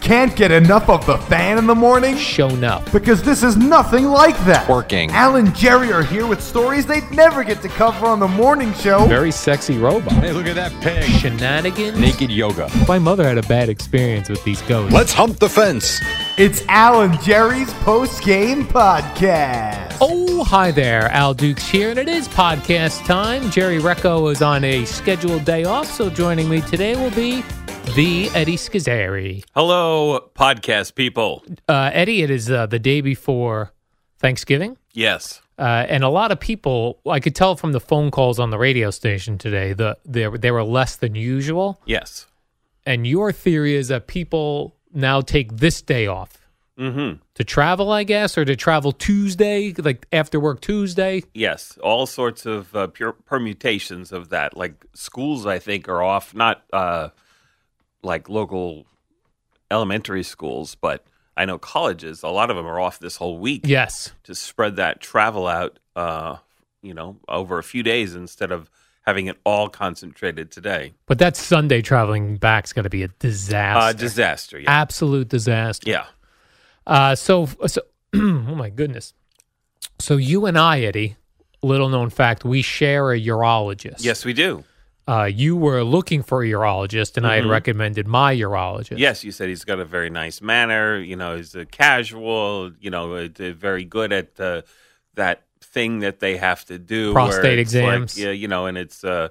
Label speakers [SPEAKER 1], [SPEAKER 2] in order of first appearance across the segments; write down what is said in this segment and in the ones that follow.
[SPEAKER 1] Can't get enough of the fan in the morning?
[SPEAKER 2] shown up.
[SPEAKER 1] Because this is nothing like that.
[SPEAKER 3] Working.
[SPEAKER 1] Al and Jerry are here with stories they'd never get to cover on the morning show.
[SPEAKER 2] Very sexy robot.
[SPEAKER 3] Hey, look at that pig.
[SPEAKER 2] Shenanigans.
[SPEAKER 3] Naked yoga.
[SPEAKER 2] My mother had a bad experience with these ghosts.
[SPEAKER 3] Let's hump the fence.
[SPEAKER 1] It's Al and Jerry's post game podcast.
[SPEAKER 2] Oh, hi there. Al Dukes here, and it is podcast time. Jerry Recco is on a scheduled day off, so joining me today will be the Eddie Schizzeri.
[SPEAKER 4] Hello, podcast people.
[SPEAKER 2] Uh, Eddie, it is uh, the day before Thanksgiving.
[SPEAKER 4] Yes.
[SPEAKER 2] Uh, and a lot of people, I could tell from the phone calls on the radio station today, the they, they were less than usual.
[SPEAKER 4] Yes.
[SPEAKER 2] And your theory is that people now take this day off
[SPEAKER 4] Mm-hmm.
[SPEAKER 2] to travel, I guess, or to travel Tuesday, like after work Tuesday.
[SPEAKER 4] Yes. All sorts of uh, pure permutations of that. Like schools, I think, are off. Not uh, like local elementary schools, but I know colleges. A lot of them are off this whole week.
[SPEAKER 2] Yes.
[SPEAKER 4] To spread that travel out, uh, you know, over a few days instead of having it all concentrated today.
[SPEAKER 2] But that Sunday traveling back's going to be a disaster.
[SPEAKER 4] Uh, disaster. Yeah.
[SPEAKER 2] Absolute disaster.
[SPEAKER 4] yeah.
[SPEAKER 2] Uh, so, so oh my goodness. So you and I, Eddie, little known fact, we share a urologist.
[SPEAKER 4] Yes, we do.
[SPEAKER 2] Uh, you were looking for a urologist, and I had recommended my urologist.
[SPEAKER 4] Mm-hmm. Yes, you said he's got a very nice manner. You know, he's a casual. You know, uh, d- very good at uh, that thing that they have to do. where
[SPEAKER 2] Prostate
[SPEAKER 4] it's like,
[SPEAKER 2] exams.
[SPEAKER 4] yeah, you know, and it's uh,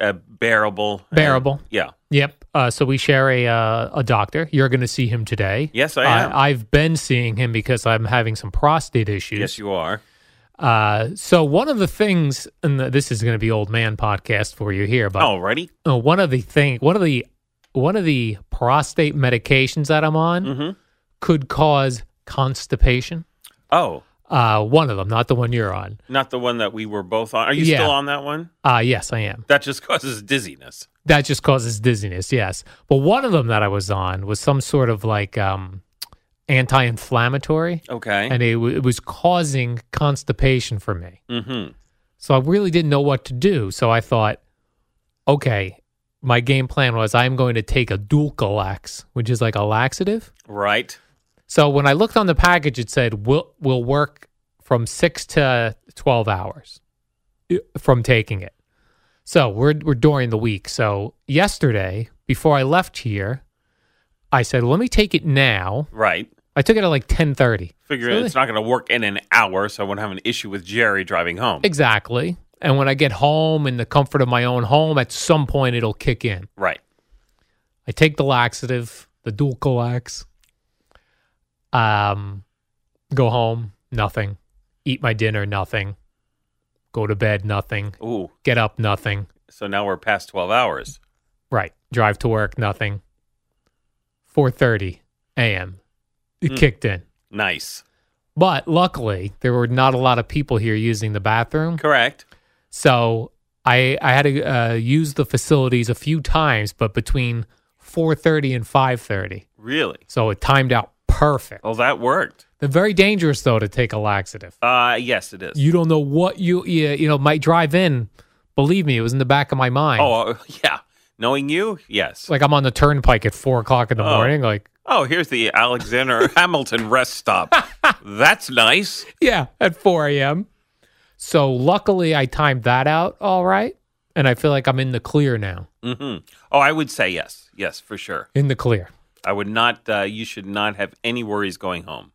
[SPEAKER 4] uh, bearable. and-
[SPEAKER 2] Bearable.
[SPEAKER 4] yeah.
[SPEAKER 2] Yep. Uh, so we share a uh, a doctor. You're going to see him today.
[SPEAKER 4] Yes, I am.
[SPEAKER 2] I've been seeing him because I'm having some prostate issues.
[SPEAKER 4] Yes, you are.
[SPEAKER 2] Uh, so one of the things, and the, this is going to be old man podcast for you here, but
[SPEAKER 4] Alrighty.
[SPEAKER 2] uh, one of the thing, one of the one of the prostate medications that I'm on
[SPEAKER 4] Mhm.
[SPEAKER 2] could cause constipation.
[SPEAKER 4] Oh,
[SPEAKER 2] Uh, one of them, not the one you're on.
[SPEAKER 4] not the one that we were both on. Are you
[SPEAKER 2] Yeah.
[SPEAKER 4] still on that one?
[SPEAKER 2] Uh, yes, I am.
[SPEAKER 4] That just causes dizziness.
[SPEAKER 2] That just causes dizziness. Yes, but one of them that I was on was some sort of like um, anti-inflammatory,
[SPEAKER 4] Okay.
[SPEAKER 2] and it, w- it was causing constipation for me.
[SPEAKER 4] mm-hmm.
[SPEAKER 2] So I really didn't know what to do. So I thought, okay, my game plan was I'm going to take a Dulcolax, which is like a laxative.
[SPEAKER 4] Right.
[SPEAKER 2] So when I looked on the package, it said will will work from six to twelve hours i- from taking it. So we're we're during the week. So yesterday, before I left here, I said, let me take it now.
[SPEAKER 4] Right.
[SPEAKER 2] I took it at like ten thirty.
[SPEAKER 4] Figure it's not going to work in an hour, so I won't have an issue with Jerry driving home.
[SPEAKER 2] Exactly. And when I get home in the comfort of my own home, at some point it'll kick in.
[SPEAKER 4] right.
[SPEAKER 2] I take the laxative, the Dulcolax. Um, go home, nothing. Eat my dinner, nothing. Go to bed, nothing.
[SPEAKER 4] Ooh.
[SPEAKER 2] Get up, nothing.
[SPEAKER 4] So now we're past twelve hours.
[SPEAKER 2] Right. Drive to work, nothing. 4:30 a.m. It kicked in.
[SPEAKER 4] Nice.
[SPEAKER 2] But luckily, there were not a lot of people here using the bathroom.
[SPEAKER 4] Correct.
[SPEAKER 2] So I I had to uh, use the facilities a few times, but between 4:30 and 5:30.
[SPEAKER 4] Really?
[SPEAKER 2] So it timed out perfect.
[SPEAKER 4] Oh, that worked.
[SPEAKER 2] They're very dangerous though to take a laxative.
[SPEAKER 4] Uh yes, it is.
[SPEAKER 2] You don't know what you you, you know might drive in. Believe me, it was in the back of my mind.
[SPEAKER 4] oh, uh, yeah. Knowing you, yes.
[SPEAKER 2] Like I'm on the turnpike at four o'clock in the
[SPEAKER 4] Oh.
[SPEAKER 2] morning. Like,
[SPEAKER 4] oh, here's the Alexander Hamilton rest stop. That's nice.
[SPEAKER 2] yeah, at 4 a.m. So luckily I timed that out all right. And I feel like I'm in the clear now.
[SPEAKER 4] hmm Oh, I would say yes. Yes, for sure.
[SPEAKER 2] In the clear.
[SPEAKER 4] I would not, uh, you should not have any worries going home.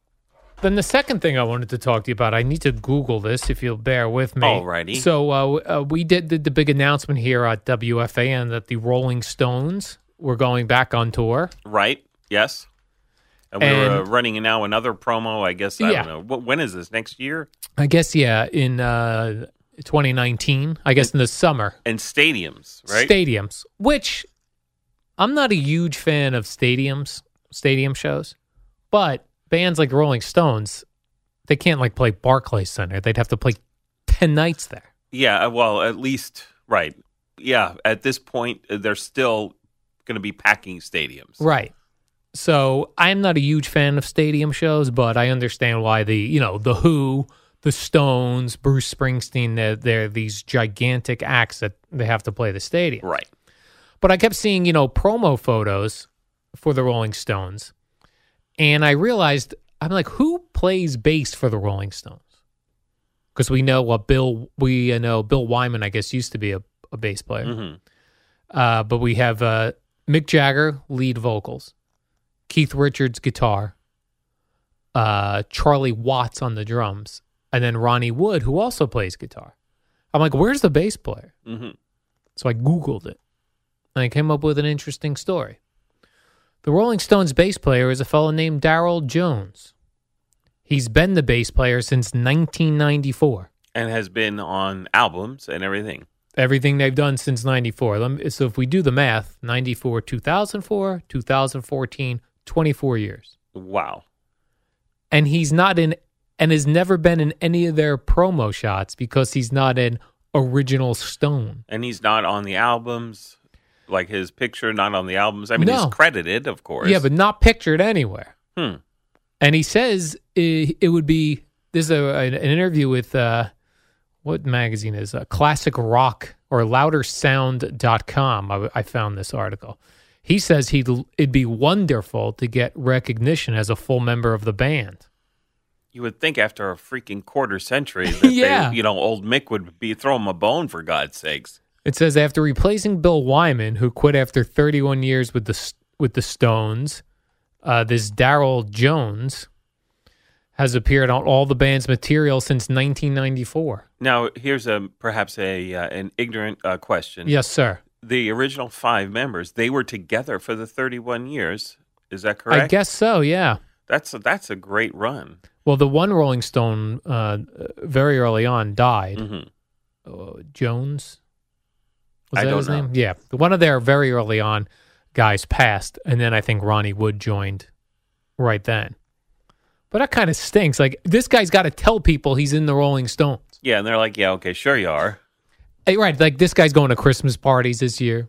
[SPEAKER 2] Then the second thing I wanted to talk to you about, I need to Google this if you'll bear with me.
[SPEAKER 4] Alrighty.
[SPEAKER 2] So uh, w- uh, we did the, the big announcement here at WFAN that the Rolling Stones were going back on tour.
[SPEAKER 4] Right? Yes. And we were uh,
[SPEAKER 2] And-
[SPEAKER 4] running now another promo, I guess. I
[SPEAKER 2] Yeah.
[SPEAKER 4] don't know. What, when is this? Next year?
[SPEAKER 2] I guess, yeah, in uh, 2019, I guess in the summer.
[SPEAKER 4] And stadiums, right?
[SPEAKER 2] Stadiums, which I'm not a huge fan of stadiums, stadium shows, but bands like Rolling Stones, they can't like play Barclays Center. They'd have to play 10 nights there.
[SPEAKER 4] Yeah, uh, well, at least right. Yeah, at this point, uh, they're still going to be packing stadiums.
[SPEAKER 2] Right. So I'm not a huge fan of stadium shows, but I understand why the, you know, the Who, the Stones, Bruce Springsteen, they're, they're these gigantic acts that they have to play the stadium.
[SPEAKER 4] Right.
[SPEAKER 2] But I kept seeing, you know, promo photos for the Rolling Stones. And I realized, I'm like, who plays bass for the Rolling Stones? Because we know what Bill, we know Bill Wyman, I guess, used to be a, a bass player.
[SPEAKER 4] Mhm.
[SPEAKER 2] Uh, but we have uh, Mick Jagger, lead vocals, Keith Richards, guitar, uh, Charlie Watts on the drums, and then Ronnie Wood, who also plays guitar. I'm like, where's the bass player?
[SPEAKER 4] hmm
[SPEAKER 2] So I Googled it and I came up with an interesting story. The Rolling Stones bass player is a fellow named Daryl Jones. He's been the bass player since 1994.
[SPEAKER 4] And has been on albums and everything.
[SPEAKER 2] Everything they've done since 94. Let me- So if we do the math, 94, 2004, 2014, 24 years.
[SPEAKER 4] Wow.
[SPEAKER 2] And he's not in, and has never been in any of their promo shots because he's not an original Stone.
[SPEAKER 4] And he's not on the albums, like his picture not on the albums. I mean,
[SPEAKER 2] No.
[SPEAKER 4] he's credited, of course.
[SPEAKER 2] Yeah, but not pictured anywhere.
[SPEAKER 4] Hmm.
[SPEAKER 2] and he says eh, it, it would be there's a, an, an interview with uh, what magazine is uh, classic rock or loudersound.com I, I found this article he says he'd l- it'd be wonderful to get recognition as a full member of the band
[SPEAKER 4] you would think after a freaking quarter century that
[SPEAKER 2] Yeah.
[SPEAKER 4] they, you know, old Mick would be throw him a bone for God's sakes.
[SPEAKER 2] it says after replacing bill wyman who quit after 31 years with the S- with the stones uh, this daryl jones has appeared on all the band's material since 1994
[SPEAKER 4] Now, here's a perhaps a uh, an ignorant uh, question.
[SPEAKER 2] yes sir
[SPEAKER 4] the original five members they were together for the 31 years is that correct
[SPEAKER 2] i guess so yeah
[SPEAKER 4] that's a, that's a great run
[SPEAKER 2] Well, the one Rolling Stone uh, very early on died.
[SPEAKER 4] Mhm.
[SPEAKER 2] Uh, Jones? Was
[SPEAKER 4] I
[SPEAKER 2] that
[SPEAKER 4] don't
[SPEAKER 2] his
[SPEAKER 4] know.
[SPEAKER 2] name? Yeah. The One of their very early on guys passed. And then I think Ronnie Wood joined right then. But that kind of stinks. Like, this guy's got to tell people he's in the Rolling Stones.
[SPEAKER 4] yeah and they're like yeah okay sure you are
[SPEAKER 2] Eh, Right. Like, this guy's going to Christmas parties this year.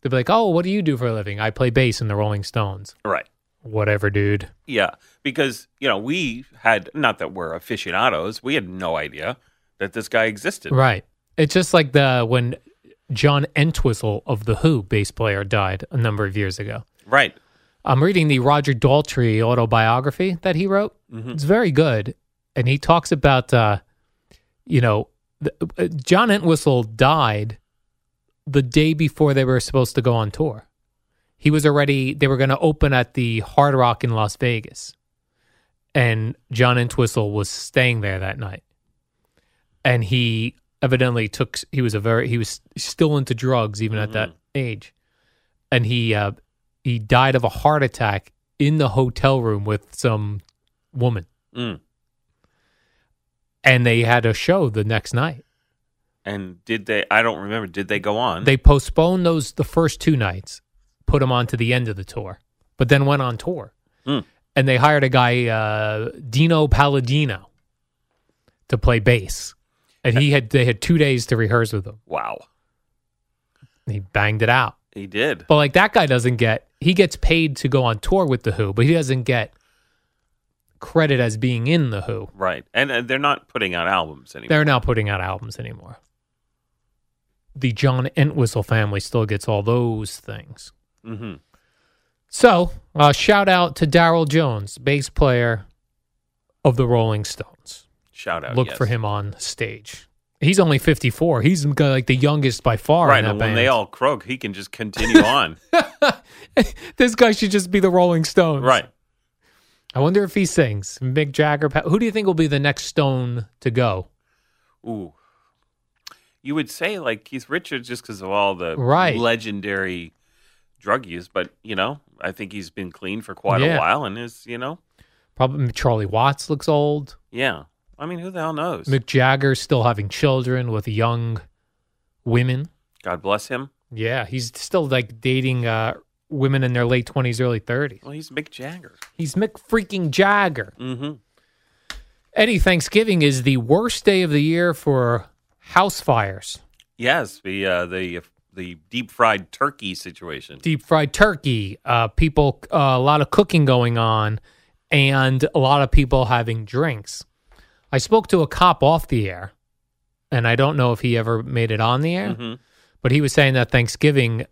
[SPEAKER 2] They'll be like, oh, what do you do for a living? I play bass in the Rolling Stones.
[SPEAKER 4] right
[SPEAKER 2] Whatever, dude.
[SPEAKER 4] yeah because you know we had not that we're aficionados we had no idea that this guy existed
[SPEAKER 2] Right. It's just like the when John Entwistle of the Who bass player died a number of years ago.
[SPEAKER 4] right
[SPEAKER 2] I'm reading the Roger Daltrey autobiography that he wrote. It's very good, and he talks about uh, you know the, uh, John Entwistle died the day before they were supposed to go on tour. He was already they were going to open at the Hard Rock in Las Vegas, and John Entwistle was staying there that night, and he evidently took he was a very he was still into drugs even at that age, and he uh, he died of a heart attack in the hotel room with some woman
[SPEAKER 4] mm.
[SPEAKER 2] and they had a show the next night
[SPEAKER 4] and did they i don't remember did they go on
[SPEAKER 2] they postponed those the first two nights put them on to the end of the tour but then went on tour
[SPEAKER 4] Hmm.
[SPEAKER 2] and they hired a guy uh, dino palladino to play bass and he had they had two days to rehearse with him
[SPEAKER 4] wow
[SPEAKER 2] he banged it out
[SPEAKER 4] he did
[SPEAKER 2] But like that guy doesn't get he gets paid to go on tour with the Who, but he doesn't get credit as being in the Who.
[SPEAKER 4] right and, and they're not putting out albums anymore
[SPEAKER 2] They're now putting out albums anymore. the John Entwistle family still gets all those things.
[SPEAKER 4] Mm-hmm.
[SPEAKER 2] So, uh, shout out to Daryl Jones, bass player of the Rolling Stones.
[SPEAKER 4] Shout out.
[SPEAKER 2] Look
[SPEAKER 4] Oh, yes.
[SPEAKER 2] for him on stage. He's only 54. He's like the youngest by far.
[SPEAKER 4] Right,
[SPEAKER 2] in that
[SPEAKER 4] and when
[SPEAKER 2] band.
[SPEAKER 4] they all croak, he can just continue on.
[SPEAKER 2] this guy should just be the Rolling Stones.
[SPEAKER 4] right.
[SPEAKER 2] I wonder if he sings. Mick Jagger. Pa- Who do you think will be the next Stone to go?
[SPEAKER 4] Ooh. You would say like Keith Richards just because of all the
[SPEAKER 2] Right.
[SPEAKER 4] legendary drug use, but you know, I think he's been clean for quite
[SPEAKER 2] Yeah.
[SPEAKER 4] a while and is, you know,
[SPEAKER 2] Probably Charlie Watts looks old.
[SPEAKER 4] yeah. I mean, who the hell knows?
[SPEAKER 2] Mick Jagger's still having children with young women.
[SPEAKER 4] God bless him.
[SPEAKER 2] Yeah, he's still like dating uh, women in their late 20s, early 30s.
[SPEAKER 4] Well, he's Mick Jagger.
[SPEAKER 2] He's Mick freaking Jagger.
[SPEAKER 4] Mm-hmm.
[SPEAKER 2] Eddie, Thanksgiving is the worst day of the year for house fires.
[SPEAKER 4] Yes, the uh, the the deep fried turkey situation.
[SPEAKER 2] Deep fried turkey, uh, people, uh, a lot of cooking going on, and a lot of people having drinks. I spoke to a cop off the air, and I don't know if he ever made it on the air,
[SPEAKER 4] Mhm.
[SPEAKER 2] but he was saying that Thanksgiving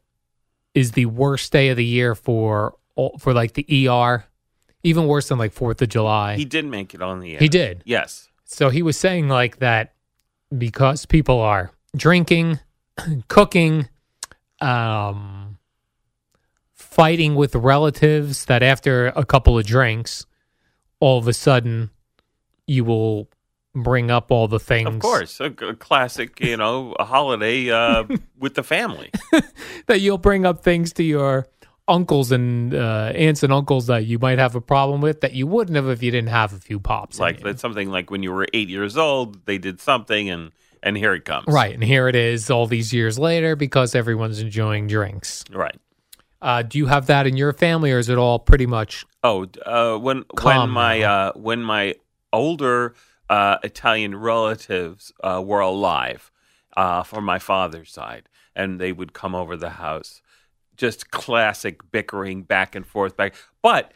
[SPEAKER 2] is the worst day of the year for all- for like the ER, even worse than like Fourth of July.
[SPEAKER 4] He did make it on the air.
[SPEAKER 2] he did.
[SPEAKER 4] Yes.
[SPEAKER 2] So he was saying like that because people are drinking, cooking, um, fighting with relatives. That after a couple of drinks, all of a sudden, you will bring up all the things.
[SPEAKER 4] Of course, a, a classic, you know, a holiday uh, with the family.
[SPEAKER 2] that you'll bring up things to your uncles and uh, aunts and uncles that you might have a problem with that you wouldn't have if you didn't have a few pops.
[SPEAKER 4] It's
[SPEAKER 2] in
[SPEAKER 4] like
[SPEAKER 2] you.
[SPEAKER 4] that's something like when you were eight years old, they did something, and and here it comes.
[SPEAKER 2] right, and here it is all these years later because everyone's enjoying drinks.
[SPEAKER 4] Right.
[SPEAKER 2] Uh, do you have that in your family, or is it all pretty much?
[SPEAKER 4] Oh, d- uh, when
[SPEAKER 2] Calm
[SPEAKER 4] when my
[SPEAKER 2] now.
[SPEAKER 4] uh, when my older uh, Italian relatives uh, were alive uh, from my father's side, and they would come over the house, just classic bickering back and forth back. But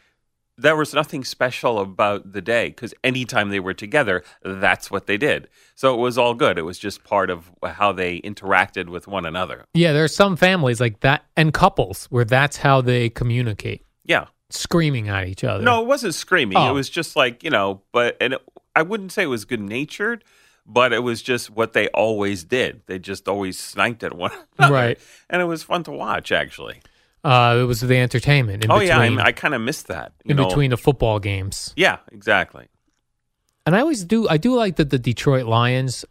[SPEAKER 4] there was nothing special about the day because anytime they were together, that's what they did. So it was all good. It was just part of how they interacted with one another.
[SPEAKER 2] Yeah, there are some families like that, and couples where that's how they communicate,
[SPEAKER 4] Yeah.
[SPEAKER 2] screaming at each other.
[SPEAKER 4] No, it wasn't screaming.
[SPEAKER 2] Oh.
[SPEAKER 4] It was just like you know, but and it, I wouldn't say it was good natured, but it was just what they always did. They just always sniped at one another,
[SPEAKER 2] Right.
[SPEAKER 4] And it was fun to watch, actually.
[SPEAKER 2] uh, it was the entertainment. In
[SPEAKER 4] oh
[SPEAKER 2] between,
[SPEAKER 4] yeah, I, I kind of missed that. you
[SPEAKER 2] in
[SPEAKER 4] know.
[SPEAKER 2] between the football games,
[SPEAKER 4] Yeah, exactly.
[SPEAKER 2] and I always do. I do like that the Detroit Lions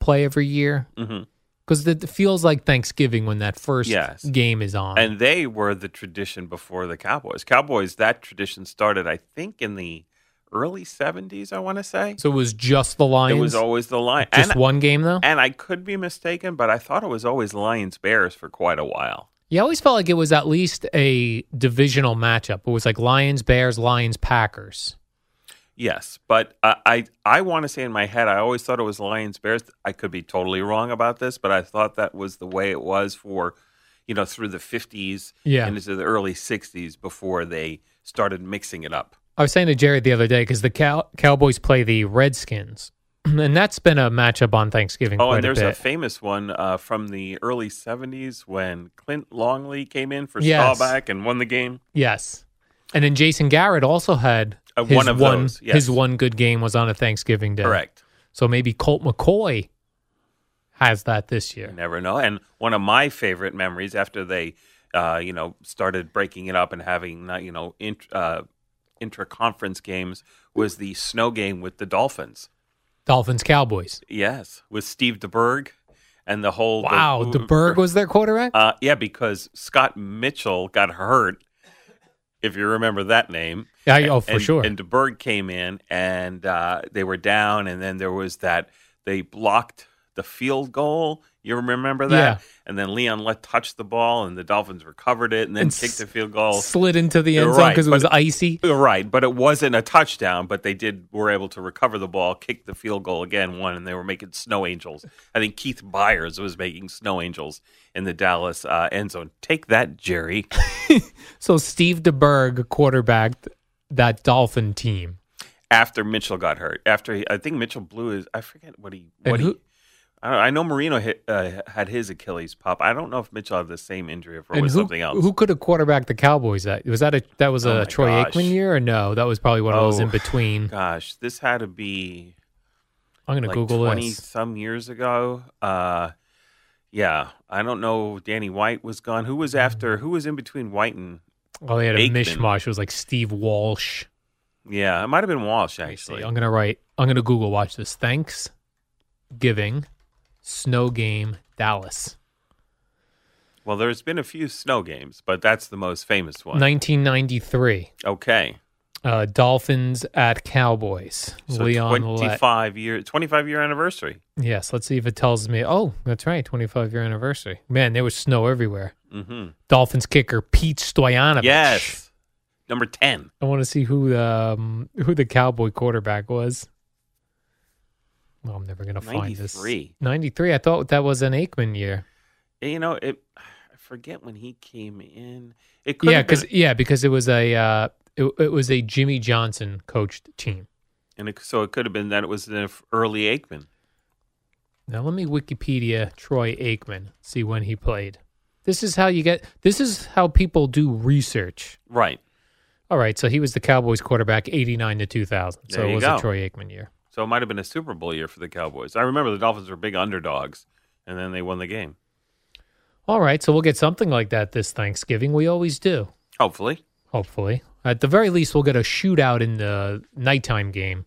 [SPEAKER 2] play every year
[SPEAKER 4] hmm
[SPEAKER 2] because it feels like Thanksgiving when that first
[SPEAKER 4] Yes.
[SPEAKER 2] game is on.
[SPEAKER 4] And they were the tradition before the Cowboys. Cowboys that tradition started, I think, in the early seventies. I want to say
[SPEAKER 2] so it was just the Lions.
[SPEAKER 4] it was always the line.
[SPEAKER 2] just
[SPEAKER 4] and,
[SPEAKER 2] one game though.
[SPEAKER 4] and I could be mistaken, but I thought it was always Lions Bears for quite a while.
[SPEAKER 2] Yeah, I always felt like it was at least a divisional matchup. It was like Lions, Bears, Lions, Packers.
[SPEAKER 4] Yes, but uh, I I want to say in my head I always thought it was Lions Bears. I could be totally wrong about this, but I thought that was the way it was for, you know, through the fifties
[SPEAKER 2] Yeah.
[SPEAKER 4] and into the early sixties before they started mixing it up.
[SPEAKER 2] I was saying to Jared the other day because the Cow- Cowboys play the Redskins, and that's been a matchup on Thanksgiving.
[SPEAKER 4] Oh,
[SPEAKER 2] quite
[SPEAKER 4] and there's
[SPEAKER 2] a,
[SPEAKER 4] a,
[SPEAKER 2] bit.
[SPEAKER 4] famous one uh, from the early seventies when Clint Longley came in for
[SPEAKER 2] Yes.
[SPEAKER 4] Staubach and won the game.
[SPEAKER 2] yes, and then Jason Garrett also had
[SPEAKER 4] Uh,
[SPEAKER 2] his
[SPEAKER 4] one of those, yes.
[SPEAKER 2] His one good game was on a Thanksgiving day.
[SPEAKER 4] Correct.
[SPEAKER 2] So maybe Colt McCoy has that this year.
[SPEAKER 4] You never know. And one of my favorite memories after they, uh, you know, started breaking it up and having, uh, you know, int- uh, intra-conference games was the snow game with the Dolphins.
[SPEAKER 2] Dolphins Cowboys.
[SPEAKER 4] Yes, with Steve DeBerg and the whole. the-
[SPEAKER 2] Wow, DeBerg was their quarterback.
[SPEAKER 4] Uh, yeah, because Scott Mitchell got hurt. If you remember that name,
[SPEAKER 2] Yeah, oh, for
[SPEAKER 4] and,
[SPEAKER 2] sure.
[SPEAKER 4] And DeBerg came in, and uh, they were down, and then there was that they blocked the field goal. You remember that?
[SPEAKER 2] Yeah.
[SPEAKER 4] And then Leon let touch the ball, and the Dolphins recovered it, and then
[SPEAKER 2] And
[SPEAKER 4] kicked
[SPEAKER 2] s-
[SPEAKER 4] the field goal.
[SPEAKER 2] Slid into the end
[SPEAKER 4] You're
[SPEAKER 2] zone
[SPEAKER 4] right,
[SPEAKER 2] because it
[SPEAKER 4] but-
[SPEAKER 2] was icy.
[SPEAKER 4] You're right, but it wasn't a touchdown. But they did were able to recover the ball, kick the field goal again, one, and they were making snow angels. I think Keith Byers was making snow angels in the Dallas uh, end zone. Take that, Jerry.
[SPEAKER 2] So Steve DeBerg quarterbacked that Dolphin team.
[SPEAKER 4] after Mitchell got hurt. After he, I think Mitchell blew his, I forget what he
[SPEAKER 2] And
[SPEAKER 4] what
[SPEAKER 2] who-
[SPEAKER 4] he I, don't, I know Marino hit, uh, had his Achilles pop. I don't know if Mitchell had the same injury or if it
[SPEAKER 2] and
[SPEAKER 4] was
[SPEAKER 2] who,
[SPEAKER 4] something else.
[SPEAKER 2] Who could have quarterbacked the Cowboys? That was that a that was
[SPEAKER 4] Oh
[SPEAKER 2] a
[SPEAKER 4] my
[SPEAKER 2] Troy
[SPEAKER 4] gosh.
[SPEAKER 2] Aikman year or no? That was probably one of those
[SPEAKER 4] Oh.
[SPEAKER 2] in between.
[SPEAKER 4] Gosh, this had to be
[SPEAKER 2] I'm gonna
[SPEAKER 4] like
[SPEAKER 2] Google
[SPEAKER 4] 20
[SPEAKER 2] this.
[SPEAKER 4] some years ago. Uh, yeah, I don't know. Danny White was gone. Who was
[SPEAKER 2] Mm.
[SPEAKER 4] after? Who was in between White and?
[SPEAKER 2] Well, Oh, they had a
[SPEAKER 4] Aikman.
[SPEAKER 2] mishmash. It was like Steve Walsh.
[SPEAKER 4] Yeah, it might have been Walsh
[SPEAKER 2] Let me see.
[SPEAKER 4] actually.
[SPEAKER 2] I'm gonna write. I'm gonna Google watch this. Thanks, giving, snow game, Dallas,
[SPEAKER 4] Well, there's been a few snow games, but that's the most famous one.
[SPEAKER 2] 1993.
[SPEAKER 4] Okay,
[SPEAKER 2] Uh, Dolphins at Cowboys.
[SPEAKER 4] so
[SPEAKER 2] Leon Lett.
[SPEAKER 4] 25 year 25 year anniversary.
[SPEAKER 2] Yes. Let's see if it tells me. Oh, that's right. 25 year anniversary. Man, there was snow everywhere.
[SPEAKER 4] hmm
[SPEAKER 2] Dolphins kicker Pete Stoyanovich.
[SPEAKER 4] Yes, number 10.
[SPEAKER 2] I want to see who the um, who the Cowboy quarterback was. Well, I'm never gonna find this.
[SPEAKER 4] 93.
[SPEAKER 2] 93. I thought that was an Aikman year.
[SPEAKER 4] You know, it. I forget when he came in. It could
[SPEAKER 2] yeah,
[SPEAKER 4] have been-
[SPEAKER 2] because yeah, because it was a uh, it, it was a Jimmy Johnson coached team.
[SPEAKER 4] and it, so it could have been that it was an early Aikman.
[SPEAKER 2] Now let me Wikipedia Troy Aikman see when he played. This is how you get. This is how people do research.
[SPEAKER 4] Right.
[SPEAKER 2] All right, so he was the Cowboys quarterback, eighty nine to two thousand. So
[SPEAKER 4] There
[SPEAKER 2] it
[SPEAKER 4] you
[SPEAKER 2] was
[SPEAKER 4] go.
[SPEAKER 2] a Troy Aikman year.
[SPEAKER 4] So it might have been a Super Bowl year for the Cowboys. I remember the Dolphins were big underdogs, and then they won the game.
[SPEAKER 2] All right, so we'll get something like that this Thanksgiving. We always do.
[SPEAKER 4] Hopefully,
[SPEAKER 2] Hopefully, at the very least, we'll get a shootout in the nighttime game.